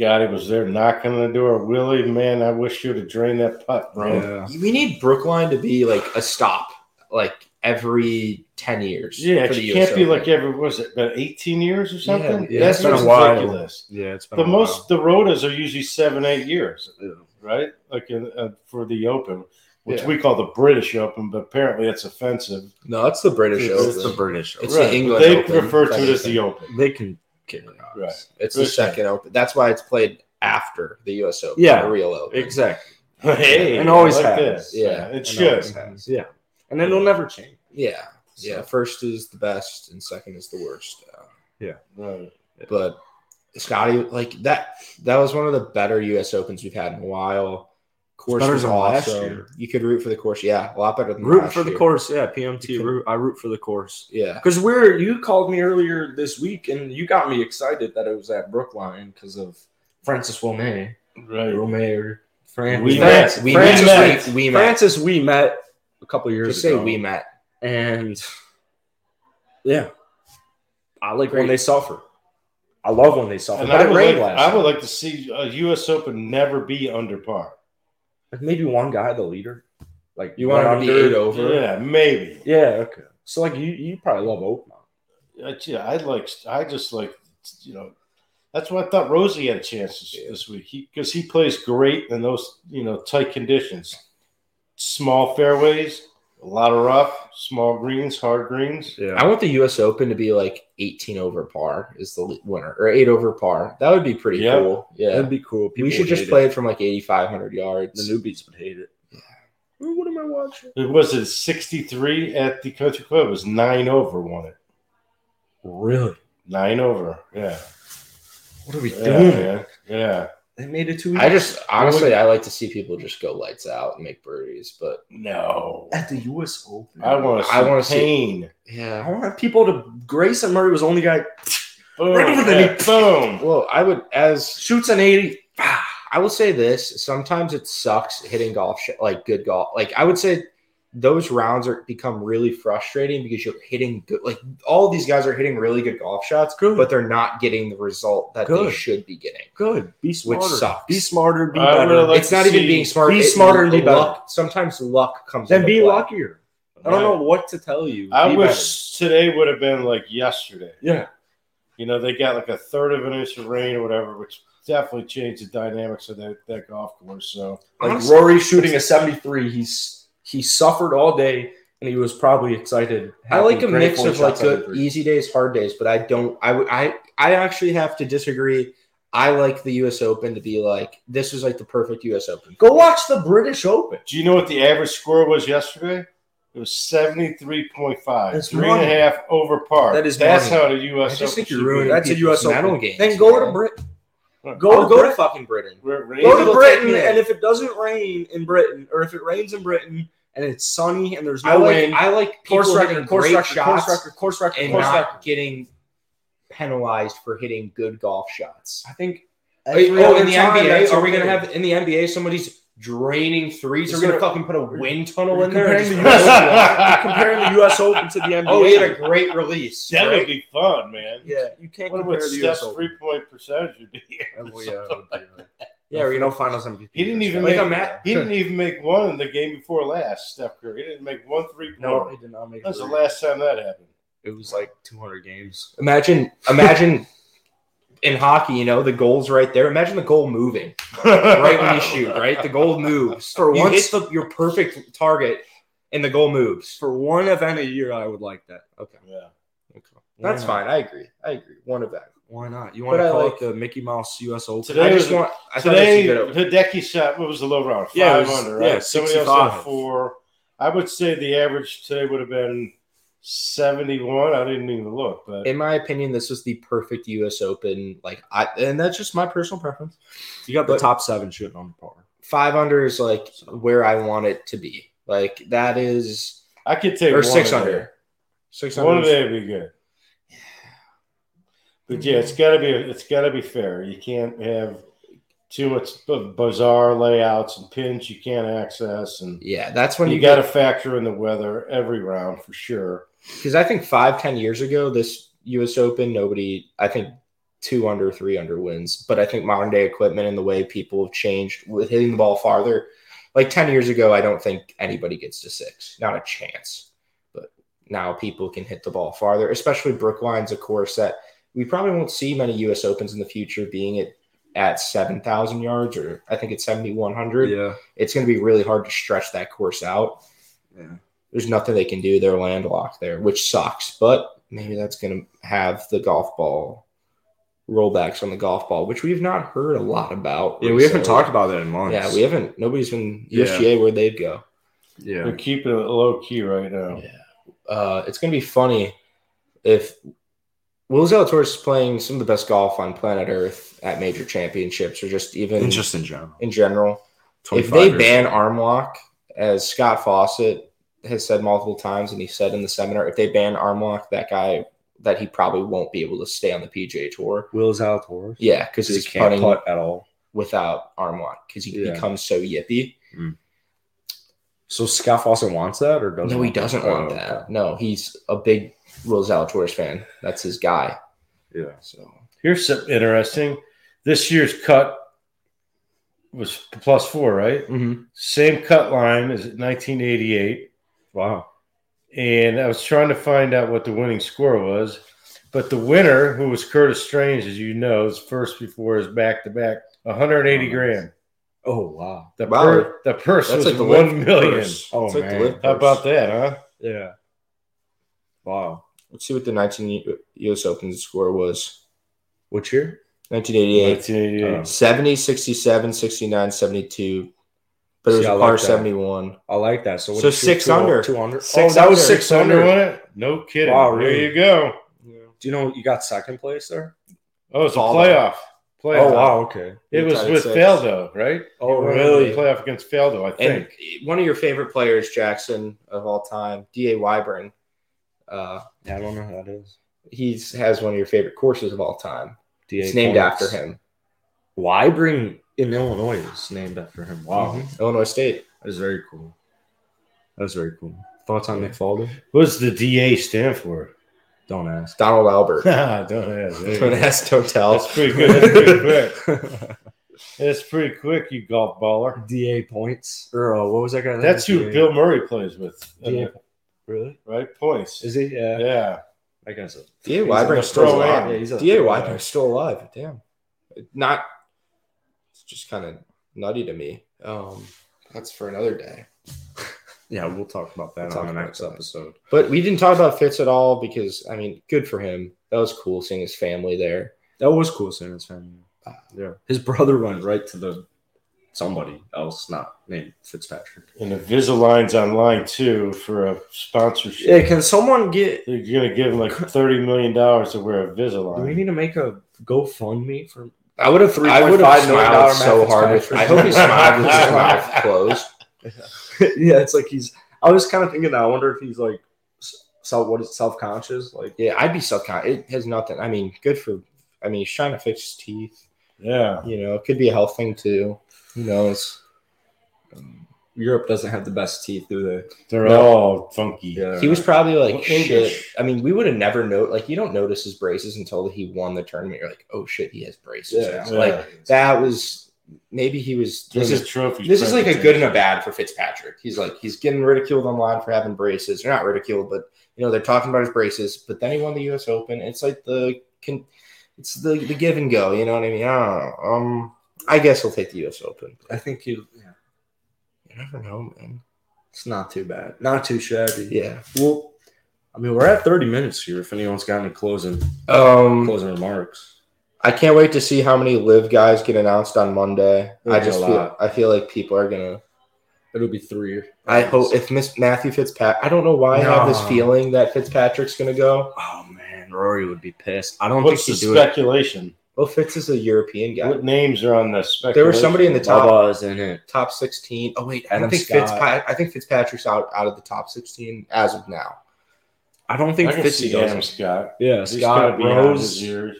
Speaker 3: God, he was there knocking on the door. Willie, man, I wish you'd have drained that putt, bro. Yeah,
Speaker 1: Yeah.
Speaker 2: We need Brookline to be like a stop like every 10 years. for the
Speaker 3: it
Speaker 2: US
Speaker 3: can't be
Speaker 2: Open.
Speaker 3: like every was it about eighteen years or something?
Speaker 1: yeah,
Speaker 3: That's
Speaker 1: it's been
Speaker 3: what's
Speaker 1: a while.
Speaker 3: ridiculous.
Speaker 1: Yeah, it's been
Speaker 3: The
Speaker 1: a while.
Speaker 3: most the rotas are usually seven, eight years,
Speaker 1: Yeah.
Speaker 3: right? Like in, uh, for the Open, which
Speaker 2: Yeah.
Speaker 3: we call the British Open, but apparently it's offensive.
Speaker 2: No, it's the British
Speaker 3: It's
Speaker 1: It's
Speaker 2: Open.
Speaker 1: the British.
Speaker 2: It's
Speaker 1: It's
Speaker 2: the
Speaker 3: Right, but
Speaker 2: England
Speaker 3: They
Speaker 2: Open,
Speaker 3: refer
Speaker 2: if
Speaker 3: to it as the
Speaker 2: anything.
Speaker 3: Open.
Speaker 1: they can kick it out.
Speaker 3: Right.
Speaker 2: it's the
Speaker 3: British.
Speaker 2: second open. That's why it's played after the US Open,
Speaker 1: Yeah,
Speaker 2: the real Open.
Speaker 1: Exactly.
Speaker 3: Hey,
Speaker 1: And always
Speaker 3: I like
Speaker 1: happens.
Speaker 3: this.
Speaker 2: Yeah,
Speaker 3: it
Speaker 1: And always
Speaker 3: should.
Speaker 1: has. Yeah, and then it'll never change.
Speaker 2: Yeah. Yeah, first is the best and second is the worst. Uh,
Speaker 3: Right.
Speaker 2: but Scotty, like that, that was one of the better U.S. Opens we've had in a while. course
Speaker 1: better
Speaker 2: was
Speaker 1: than last
Speaker 2: awesome.
Speaker 1: year.
Speaker 2: You could root for the course. Yeah, a lot better than
Speaker 1: Root
Speaker 2: last
Speaker 1: for the
Speaker 2: year.
Speaker 1: course, yeah. PMT,
Speaker 2: You can-
Speaker 1: root, I root for the course.
Speaker 2: Yeah.
Speaker 1: Because we're you called me earlier this week and you got me excited that it was at Brookline because of Francis Wilmay,
Speaker 3: Right.
Speaker 1: Wilmay or Fran.
Speaker 3: We
Speaker 1: Fran-
Speaker 3: met.
Speaker 2: We
Speaker 1: Francis,
Speaker 2: met. We, we met.
Speaker 1: Francis, we met a couple years
Speaker 2: Just say
Speaker 1: ago.
Speaker 2: we met.
Speaker 1: and yeah, I like when
Speaker 2: Great.
Speaker 1: they suffer. I love when they suffer.
Speaker 3: And
Speaker 1: But
Speaker 3: I
Speaker 1: it
Speaker 3: would,
Speaker 1: rained
Speaker 3: like,
Speaker 1: last.
Speaker 3: I would
Speaker 1: night.
Speaker 3: like to see a U.S. Open never be under par.
Speaker 1: Like, maybe one guy, the leader. Like
Speaker 2: You want
Speaker 1: one
Speaker 2: to be
Speaker 1: under-
Speaker 2: eight over?
Speaker 3: Yeah, maybe.
Speaker 1: Yeah, okay. So like you, you probably love open.
Speaker 3: Uh, Yeah, I like. I just like. You know, that's why I thought Rosie had a chance this, this week because he, plays great in those you know tight conditions, small fairways, a lot of rough, small greens, hard greens.
Speaker 1: Yeah,
Speaker 2: I want the U.S. Open to be like 18 over par is the winner, or eight over par. That would be pretty
Speaker 3: Yeah.
Speaker 2: cool. Yeah,
Speaker 1: that'd be cool.
Speaker 2: we
Speaker 1: People
Speaker 2: should
Speaker 1: would
Speaker 2: just
Speaker 1: hate
Speaker 2: play
Speaker 1: it.
Speaker 2: it, from like 8,500 yards.
Speaker 1: The newbies would hate it. Oh, What am I watching?
Speaker 3: It was at sixty three at the Country Club. It was nine over. Won it
Speaker 1: Really?
Speaker 3: nine over. Yeah,
Speaker 1: What are we
Speaker 3: yeah,
Speaker 1: doing?
Speaker 3: man. yeah.
Speaker 1: They made it two.
Speaker 2: I just honestly, I like to see people just go lights out and make birdies, but
Speaker 3: No,
Speaker 1: at the U.S. Open.
Speaker 3: I want to.
Speaker 2: I
Speaker 3: I
Speaker 2: wanna
Speaker 3: want
Speaker 2: see-
Speaker 3: to pain.
Speaker 2: yeah.
Speaker 1: I want people to. Grayson Murray was the only guy
Speaker 3: Boom,
Speaker 1: Right over the
Speaker 3: yeah,
Speaker 1: knee.
Speaker 3: boom.
Speaker 2: Well, I would as
Speaker 1: shoots an eighty.
Speaker 2: I will say this. Sometimes it sucks hitting golf sh- like good golf. Like I would say those rounds are become really frustrating because you're hitting good. Like all these guys are hitting really good golf shots,
Speaker 1: Good.
Speaker 2: but they're not getting the result that they
Speaker 1: Good.
Speaker 2: should be getting.
Speaker 1: Good. Be
Speaker 2: Which
Speaker 1: smarter.
Speaker 2: sucks.
Speaker 1: Be smarter. Be
Speaker 3: I
Speaker 1: better.
Speaker 3: really like
Speaker 2: it's
Speaker 3: to
Speaker 2: not even
Speaker 3: see-
Speaker 2: being smart.
Speaker 1: be
Speaker 2: it-
Speaker 1: smarter and be better.
Speaker 2: luck- Sometimes luck comes.
Speaker 1: then
Speaker 2: into
Speaker 1: be
Speaker 2: play.
Speaker 1: luckier. I don't know what to tell you.
Speaker 3: I
Speaker 1: Be
Speaker 3: wish today would have been like yesterday.
Speaker 1: better. Yeah.
Speaker 3: You know, they got like a third of an inch of rain or whatever, which definitely changed the dynamics of that, that golf course. So
Speaker 1: Like
Speaker 2: Honestly-
Speaker 1: Rory shooting a 73, he's he suffered all day and he was probably excited.
Speaker 2: I like a
Speaker 1: having
Speaker 2: mix of
Speaker 1: 24
Speaker 2: like
Speaker 1: shots on the
Speaker 2: good,
Speaker 1: three.
Speaker 2: easy days, hard days, but I don't. I would- I I actually have to disagree. I like the U.S. Open to be like this is like the perfect U.S. Open.
Speaker 1: Go watch the British Open.
Speaker 3: do you know what the average score was yesterday? It was 73.5.
Speaker 1: That's
Speaker 3: Three and a half
Speaker 1: money.
Speaker 3: over par.
Speaker 1: That is
Speaker 3: That's
Speaker 1: money.
Speaker 3: how the
Speaker 2: I
Speaker 3: U.S.
Speaker 2: just
Speaker 3: Open
Speaker 2: think
Speaker 3: should
Speaker 2: you're ruining
Speaker 1: That's a
Speaker 2: people's
Speaker 1: US Open.
Speaker 2: medal games.
Speaker 1: Then go to
Speaker 2: man.
Speaker 1: Britain.
Speaker 3: Right.
Speaker 1: Go
Speaker 2: I'll
Speaker 1: go
Speaker 2: go
Speaker 1: to
Speaker 2: to fucking Britain.
Speaker 3: be. We're- we're-
Speaker 1: go to
Speaker 2: It'll take
Speaker 1: Britain
Speaker 2: me-
Speaker 1: and if it doesn't rain in Britain or if it rains in Britain and it's sunny and there's no
Speaker 2: I like
Speaker 1: wind,
Speaker 2: I like people
Speaker 1: course
Speaker 2: hitting
Speaker 1: record, course
Speaker 2: great
Speaker 1: record,
Speaker 2: shots
Speaker 1: course record, course record,
Speaker 2: and
Speaker 1: course
Speaker 2: not
Speaker 1: record.
Speaker 2: getting penalized for hitting good golf shots.
Speaker 1: I think every
Speaker 2: Oh,
Speaker 1: other
Speaker 2: in the
Speaker 1: time,
Speaker 2: NBA,
Speaker 1: that's
Speaker 2: are we
Speaker 1: okay.
Speaker 2: gonna have in the NBA somebody's draining threes? Are
Speaker 1: It's
Speaker 2: we gonna
Speaker 1: gonna-
Speaker 2: fucking put a wind tunnel
Speaker 1: you're
Speaker 2: in there? and
Speaker 1: comparing
Speaker 2: just-
Speaker 1: the comparing the U.S. Open to the NBA?
Speaker 2: Oh, he had a great release.
Speaker 3: that
Speaker 2: right?
Speaker 3: would be fun, man.
Speaker 1: yeah, you can't
Speaker 3: What
Speaker 1: compare
Speaker 3: about
Speaker 1: the
Speaker 3: Steph's
Speaker 1: U.S. Open. Oh,
Speaker 3: three point percentage would be?
Speaker 1: Yeah, or you know, finals MVP.
Speaker 3: He didn't even
Speaker 2: Like
Speaker 3: make
Speaker 2: a mat.
Speaker 3: he didn't even make one in the game before last. Steph Curry he didn't make one three
Speaker 1: No, he
Speaker 3: point.
Speaker 1: did not make.
Speaker 3: That's the
Speaker 1: three.
Speaker 3: last time that happened.
Speaker 1: It was like 200 games.
Speaker 2: Imagine, imagine in hockey, you know, the goal's right there. Imagine the goal moving right when you shoot. Right, the goal moves.
Speaker 1: For
Speaker 2: You
Speaker 1: once,
Speaker 2: hit the, your perfect target, and the goal moves.
Speaker 1: for one event a year, I would like that.
Speaker 2: Okay,
Speaker 3: Yeah.
Speaker 2: that's
Speaker 1: Why not?
Speaker 2: fine. I agree. I agree. One of them.
Speaker 1: Why not? You
Speaker 2: But
Speaker 1: want to
Speaker 2: I
Speaker 1: call
Speaker 2: like-
Speaker 1: it the Mickey Mouse U.S. Open?
Speaker 3: Today
Speaker 2: I just
Speaker 3: was a-
Speaker 2: want. I thought
Speaker 3: Today,
Speaker 2: this was a good.
Speaker 3: Hideki shot. What was the low round? Five
Speaker 1: Yeah, it was-
Speaker 3: under, right?
Speaker 1: yeah,
Speaker 3: Somebody else had
Speaker 1: 65.
Speaker 3: four. I would say the average today would have been seventy-one. I didn't even look, but
Speaker 2: In my opinion, this was the perfect U.S. Open. Like I, and that's just my personal preference.
Speaker 1: You got the
Speaker 2: But-
Speaker 1: top seven shooting on par.
Speaker 2: Five under is like where I want it to be. Like that is,
Speaker 3: I could take
Speaker 2: or
Speaker 3: one
Speaker 2: six
Speaker 3: of
Speaker 2: under. Six
Speaker 3: them. One of
Speaker 2: under.
Speaker 3: them would be good. But yeah, it's gotta be it's gotta be fair. You can't have too much b- bizarre layouts and pins you can't access, and
Speaker 2: Yeah, that's when
Speaker 3: you,
Speaker 2: you,
Speaker 3: got
Speaker 2: get
Speaker 3: to factor in the weather every round for sure.
Speaker 2: because I think five, ten years ago, this U.S. Open, nobody, I think two under, three under wins. But I think modern day equipment and the way people have changed with hitting the ball farther, like ten years ago, I don't think anybody gets to six, not a chance. But now people can hit the ball farther, especially Brookline's a course that we probably won't see many U.S. Opens in the future, being it at seven thousand yards or I think it's seventy one hundred.
Speaker 1: Yeah.
Speaker 2: It's going to be really hard to stretch that course out.
Speaker 1: Yeah.
Speaker 2: there's nothing they can do. They're landlocked there, which sucks. But maybe that's going to have the golf ball rollbacks on the golf ball, which we've not heard a lot about.
Speaker 1: Yeah, we haven't
Speaker 2: recently.
Speaker 1: talked about that in months.
Speaker 2: Yeah, we haven't. Nobody's been
Speaker 1: Yeah.
Speaker 2: USGA where they'd go.
Speaker 1: Yeah.
Speaker 3: They're keeping it low key right now.
Speaker 2: Uh, it's going to be funny if Will Zalatoris is playing some of the best golf on planet Earth at major championships, or just even
Speaker 1: And just in general.
Speaker 2: in general. If they ban arm lock, as Scott Fawcett has said multiple times, and he said in the seminar, if they ban arm lock, that guy that he probably won't be able to stay on the PGA Tour.
Speaker 1: Will's out horse.
Speaker 2: Yeah,
Speaker 1: Because
Speaker 2: because he's
Speaker 1: he can't
Speaker 2: putting
Speaker 1: putt at all.
Speaker 2: without arm lock because he
Speaker 1: Yeah.
Speaker 2: becomes so yippy.
Speaker 1: So Scott Fawcett wants that or doesn't?
Speaker 2: no, he
Speaker 1: want that?
Speaker 2: doesn't want
Speaker 1: Oh,
Speaker 2: that.
Speaker 1: okay.
Speaker 2: No, he's a big Will Zalatoris fan. That's his guy.
Speaker 1: Yeah.
Speaker 2: So
Speaker 3: Here's something interesting. This year's cut was plus four, right?
Speaker 2: Mm-hmm.
Speaker 3: Same cut line as 1988.
Speaker 1: Wow.
Speaker 3: and I was trying to find out what the winning score was. But the winner, who was Curtis Strange, as you know, is first before his back to back, 180
Speaker 1: Oh, nice.
Speaker 3: grand.
Speaker 1: Oh wow.
Speaker 3: The,
Speaker 2: Wow.
Speaker 3: per, the purse
Speaker 2: that's
Speaker 3: was
Speaker 2: like the
Speaker 3: one
Speaker 2: lift
Speaker 3: million.
Speaker 2: purse.
Speaker 1: Oh,
Speaker 2: It's like the
Speaker 1: man.
Speaker 2: lift
Speaker 3: How
Speaker 2: purse.
Speaker 3: about that, huh?
Speaker 1: Yeah. Wow.
Speaker 2: Let's see what the 19 U- U.S. Open score was.
Speaker 1: What year?
Speaker 2: 1988,
Speaker 3: 1988.
Speaker 1: Um,
Speaker 2: 70, 67, 69, 72, but it was
Speaker 1: See, I
Speaker 2: a
Speaker 1: like
Speaker 2: par
Speaker 1: that.
Speaker 2: 71.
Speaker 1: I like that. So what
Speaker 2: So
Speaker 1: did you-
Speaker 2: six
Speaker 1: two-
Speaker 2: under.
Speaker 1: Two under.
Speaker 3: Six
Speaker 1: oh, that was
Speaker 3: under.
Speaker 1: six under.
Speaker 3: wasn't it? No kidding.
Speaker 1: Wow,
Speaker 3: There
Speaker 1: really?
Speaker 3: you go.
Speaker 1: Do you know you got second place there?
Speaker 3: Oh, it's a
Speaker 2: Follow.
Speaker 3: playoff.
Speaker 2: uh,
Speaker 3: Playoff.
Speaker 1: Oh wow. Okay.
Speaker 2: We
Speaker 3: It was
Speaker 2: tied at
Speaker 3: with
Speaker 2: six.
Speaker 3: Faldo, right?
Speaker 1: Oh
Speaker 3: It was
Speaker 1: really?
Speaker 3: a Playoff against Faldo, I
Speaker 2: And
Speaker 3: think.
Speaker 2: one of your favorite players, Jackson, of all time, D.A. Wyburn, uh,
Speaker 1: Yeah, I don't know who that is.
Speaker 2: he's has one of your favorite courses of all time.
Speaker 1: DA
Speaker 2: It's named
Speaker 1: points.
Speaker 2: after him.
Speaker 1: Wybring in Illinois is named after him. Wow.
Speaker 2: Mhm. Illinois State.
Speaker 1: That is very cool. That was very cool. Thoughts on Nick Faldo?
Speaker 3: What does the DA stand for?
Speaker 1: Don't ask.
Speaker 2: Donald Albert.
Speaker 3: Don't ask. There you
Speaker 2: Don't
Speaker 3: go.
Speaker 2: ask, don't tell.
Speaker 3: That's pretty good. That's pretty quick. That's pretty quick, you golf baller.
Speaker 1: DA points. Or uh, what was that guy?
Speaker 3: That's who
Speaker 1: DA
Speaker 3: Bill Murray plays with, uh,
Speaker 1: Yeah. Really?
Speaker 3: right? Points.
Speaker 1: Is he? Yeah.
Speaker 3: Yeah.
Speaker 1: I guess so.
Speaker 2: D.A.
Speaker 1: He's in the
Speaker 2: Wyburn's still
Speaker 3: pro
Speaker 2: alive.
Speaker 3: am.
Speaker 1: Yeah, he's a-
Speaker 2: D.A. Wyburn's still alive. Damn. Not, it's just kind of nutty to me. Um, that's for another day.
Speaker 1: Yeah, we'll talk about that
Speaker 2: We'll
Speaker 1: on
Speaker 2: talk
Speaker 1: the
Speaker 2: about
Speaker 1: next
Speaker 2: that.
Speaker 1: episode.
Speaker 2: But we didn't talk about Fitz at all because, I mean, good for him. That was cool seeing his family there.
Speaker 1: That was cool seeing his family. Yeah. Ah. His brother went right to the somebody else, not named Fitzpatrick.
Speaker 3: And Invisalign's on line two for a sponsorship.
Speaker 1: Yeah, can someone get
Speaker 3: They're going to give him like $30 million to wear a
Speaker 1: do we
Speaker 3: Visalign.
Speaker 1: need to make a GoFundMe for
Speaker 2: I would have, I would have
Speaker 1: 3.5 million dollar
Speaker 2: smiled so
Speaker 1: Matt
Speaker 2: hard. With, I
Speaker 1: Fitzpatrick.
Speaker 2: hope he smiled with his mouth closed.
Speaker 1: Yeah, it's like he's I was kind of thinking that I wonder if he's like s- self what is self conscious? Like
Speaker 2: Yeah, I'd be subconscious. It has nothing. I mean, good for, I mean, he's trying to fix his teeth.
Speaker 3: Yeah.
Speaker 2: You know, it could be a health thing too. Who knows?
Speaker 1: um, Europe doesn't have the best teeth, do they?
Speaker 3: They're
Speaker 2: No.
Speaker 3: all funky.
Speaker 2: He was probably like
Speaker 3: Well,
Speaker 2: shit.
Speaker 3: English.
Speaker 2: I mean, we would have never know. Like, you don't notice his braces until he won the tournament. You're like, oh shit, he has braces.
Speaker 1: Yeah.
Speaker 2: now." Like
Speaker 3: Yeah.
Speaker 2: that was maybe he was.
Speaker 3: Doing
Speaker 2: This
Speaker 3: the
Speaker 2: is
Speaker 3: trophy.
Speaker 2: this is like a good and
Speaker 3: presentation.
Speaker 2: a bad for Fitzpatrick. He's like he's getting ridiculed online for having braces. They're not ridiculed, but you know they're talking about his braces. But then he won the U.S. Open. It's like the can, it's the the give and go. You know what I mean? I don't know. Um, I guess he'll take the U.S. Open.
Speaker 1: I think he yeah,
Speaker 2: You never know, man.
Speaker 1: it's not too bad. Not too shabby.
Speaker 2: Yeah.
Speaker 1: Well, I mean, we're at 30 minutes here. If anyone's got any closing
Speaker 2: Um.
Speaker 1: closing remarks,
Speaker 2: I can't wait to see how many live guys get announced on Monday.
Speaker 1: There'll
Speaker 2: I
Speaker 1: be
Speaker 2: just
Speaker 1: a
Speaker 2: feel,
Speaker 1: lot.
Speaker 2: I feel like people are gonna.
Speaker 1: it'll be three.
Speaker 2: I hope if Miss Matthew Fitzpatrick, I don't know why I have this
Speaker 1: No.
Speaker 2: feeling that Fitzpatrick's gonna go.
Speaker 1: Oh man, Rory would be pissed. I don't
Speaker 3: What's the
Speaker 1: think he'd do it.
Speaker 3: speculation?
Speaker 2: Well, Fitz is a European guy,
Speaker 3: What names are on the speculation?
Speaker 2: There was somebody in the top-
Speaker 1: Bubba is in it.
Speaker 2: top sixteen. Oh wait, I
Speaker 1: Adam
Speaker 2: don't think
Speaker 1: Scott.
Speaker 2: Fitzpa- I think Fitzpatrick's out out of the top sixteen as of now.
Speaker 1: I don't
Speaker 3: I
Speaker 1: think
Speaker 3: can
Speaker 1: Fitzy
Speaker 3: see
Speaker 1: does.
Speaker 3: Adam
Speaker 1: it.
Speaker 3: Scott.
Speaker 1: Yeah,
Speaker 3: He's gotta
Speaker 1: Scott
Speaker 3: be on his
Speaker 1: Rose.
Speaker 3: ears.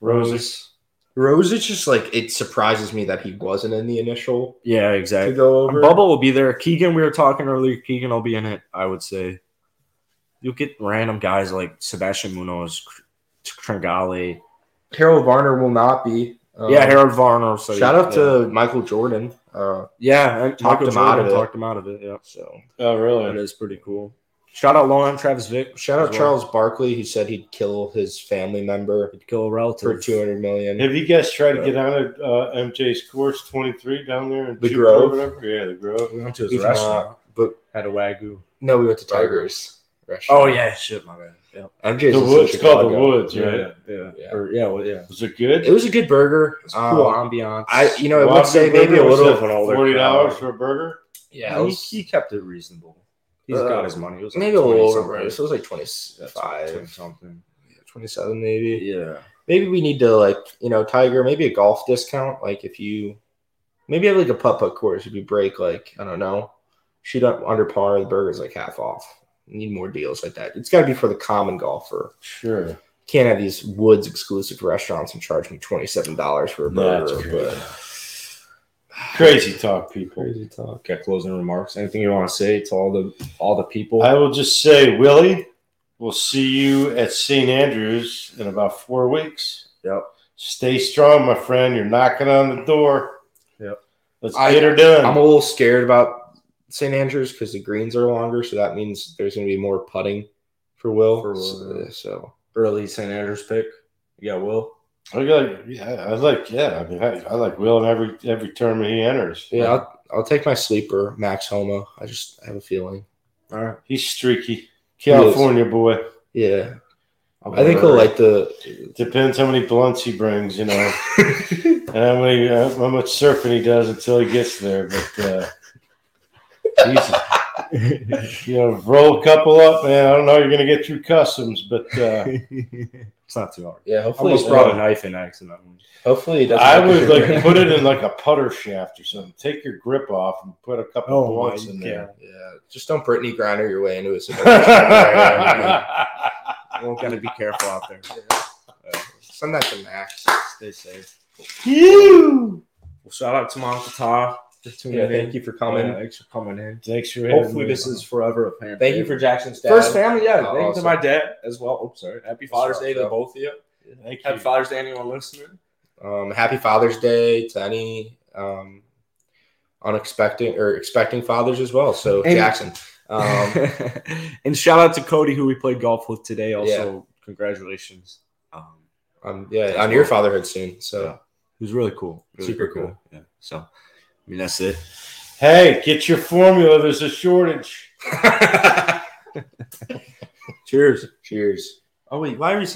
Speaker 3: Rose.
Speaker 2: Rose is just like it surprises me that he wasn't in the initial
Speaker 1: Yeah,
Speaker 2: to
Speaker 1: exactly.
Speaker 2: go over.
Speaker 1: Bubba will be there. Keegan, we were talking earlier. Keegan will be in it. I would say you'll get random guys like Sebastian Munoz, Tringale.
Speaker 2: Harold Varner will not be. Um,
Speaker 1: yeah, Harold Varner. So
Speaker 2: shout out
Speaker 1: yeah.
Speaker 2: to Michael Jordan. Uh,
Speaker 1: yeah, and
Speaker 2: Talked
Speaker 1: Michael
Speaker 2: him out
Speaker 1: Jordan
Speaker 2: of it.
Speaker 1: talked him out of it. Yeah.
Speaker 2: so
Speaker 3: Oh,
Speaker 1: That
Speaker 3: really?
Speaker 1: is pretty cool. Shout out Long Arm Travis Vick.
Speaker 2: shout out
Speaker 1: as well.
Speaker 2: Charles Barkley, who said he'd kill his family member
Speaker 1: He'd kill a relative.
Speaker 2: for two hundred million.
Speaker 3: Have you guys tried to get out of uh, MJ's course 23 down there? In
Speaker 2: The
Speaker 3: Jupiter or
Speaker 2: Grove?
Speaker 3: whatever? Yeah, the Grove.
Speaker 1: We went to his
Speaker 2: He's
Speaker 1: restaurant.
Speaker 2: But
Speaker 1: Had a wagyu.
Speaker 2: no, we went to
Speaker 1: Tiger.
Speaker 2: Tigers.
Speaker 1: Oh yeah, shit, my bad. Yeah,
Speaker 2: MJ's
Speaker 3: the
Speaker 2: is in
Speaker 3: Woods. It's called the
Speaker 2: Chicago.
Speaker 3: Woods, right?
Speaker 1: yeah, yeah.
Speaker 2: Yeah.
Speaker 1: Or, yeah, well, yeah.
Speaker 3: Was it good?
Speaker 2: It was a good burger.
Speaker 1: It's
Speaker 2: Um,
Speaker 1: cool ambiance.
Speaker 2: I, you know, I would
Speaker 3: Lobster
Speaker 2: say maybe a
Speaker 3: burger was
Speaker 2: little.
Speaker 1: of an older
Speaker 3: Forty dollars
Speaker 1: crowd.
Speaker 3: for a burger.
Speaker 2: yeah,
Speaker 1: he,
Speaker 2: it was
Speaker 1: he kept it reasonable. He's
Speaker 2: Uh,
Speaker 1: got his money. It was like
Speaker 2: maybe a little
Speaker 1: 20
Speaker 2: over. So it was like
Speaker 1: something.
Speaker 2: 25,
Speaker 1: something.
Speaker 2: 27 maybe.
Speaker 1: Yeah,
Speaker 2: Maybe we need to like you know Tiger. Maybe a golf discount. Like if you Maybe have like a putt putt course. If you break like I don't know, shoot up under par, the burger's like half off. Need more deals like that. It's got to be for the common golfer.
Speaker 3: Sure.
Speaker 2: Can't have these woods exclusive restaurants and charge me twenty seven dollars for a burger.
Speaker 3: That's
Speaker 2: but
Speaker 3: Crazy talk, people.
Speaker 2: crazy talk.
Speaker 1: Okay, closing remarks. Anything you want to say to all the all the people?
Speaker 3: I will just say, Willie, we'll see you at St. Andrews in about four weeks.
Speaker 1: Yep.
Speaker 3: Stay strong, my friend. You're knocking on the door.
Speaker 1: Yep.
Speaker 3: Let's
Speaker 2: I-
Speaker 3: get her done.
Speaker 2: I'm a little scared about St. Andrews because the greens are longer, so that means there's going to be more putting for Will.
Speaker 1: For Will,
Speaker 2: so,
Speaker 1: yeah.
Speaker 2: so-
Speaker 1: Early St. Andrews pick. You got Will.
Speaker 3: I like, yeah, I like, yeah. I mean, I, I like Will in every every tournament he enters.
Speaker 2: yeah, I'll, I'll take my sleeper, Max Homa. I just I have a feeling.
Speaker 1: All right.
Speaker 3: he's streaky, California boy.
Speaker 2: Yeah, I think he'll like the.
Speaker 3: Depends how many blunts he brings, you know, and how many uh, how much surfing he does until he gets there. But uh, he's, you know, roll a couple up, man. I don't know. how You're gonna get through customs, but uh,
Speaker 1: it's not too hard.
Speaker 2: yeah, hopefully
Speaker 1: Almost
Speaker 2: he's
Speaker 1: brought a
Speaker 2: not.
Speaker 1: knife in accidentally.
Speaker 2: Hopefully he doesn't.
Speaker 3: I
Speaker 2: have to
Speaker 3: would
Speaker 2: do
Speaker 3: like
Speaker 2: that.
Speaker 3: put it in like a putter shaft or something. Take your grip off and put a couple
Speaker 1: Oh,
Speaker 3: blunts
Speaker 1: my
Speaker 3: in there.
Speaker 2: Yeah, just don't Brittany Grinder your way into a situation. Yeah,
Speaker 3: Stay
Speaker 1: You won't gotta be careful out there.
Speaker 2: Send that to Max.
Speaker 1: Stay safe.
Speaker 3: You.
Speaker 1: Well, shout out to Mom Qatar for tuning
Speaker 2: Yeah,
Speaker 1: in.
Speaker 2: thank you for coming.
Speaker 1: Yeah, thanks for coming in.
Speaker 3: Thanks for having
Speaker 1: Hopefully,
Speaker 3: me.
Speaker 1: this is forever a fan.
Speaker 2: Thank you for
Speaker 1: favorite.
Speaker 2: Jackson's dad.
Speaker 1: first family. Yeah,
Speaker 2: Oh,
Speaker 1: thank you to
Speaker 2: awesome.
Speaker 1: my dad as well. Oh, sorry. Happy Father's Day to
Speaker 2: Awesome.
Speaker 1: both of you.
Speaker 3: Thank
Speaker 1: Happy
Speaker 3: you.
Speaker 1: Father's Day, anyone listening.
Speaker 2: Um, happy Father's Day to any um, unexpected or expecting fathers as well. So
Speaker 1: And-
Speaker 2: Jackson, um,
Speaker 1: and shout out to Cody, who we played golf with today. Also, congratulations. Um,
Speaker 2: um, yeah,
Speaker 1: Thanks,
Speaker 2: on your
Speaker 1: Will.
Speaker 2: fatherhood soon. So
Speaker 1: Yeah. it was really cool. Really
Speaker 2: Super
Speaker 1: cool.
Speaker 2: cool.
Speaker 1: Yeah. So, I mean, that's it.
Speaker 3: Hey, get your formula. There's a shortage.
Speaker 1: Cheers.
Speaker 2: cheers.
Speaker 1: Oh wait, why are you?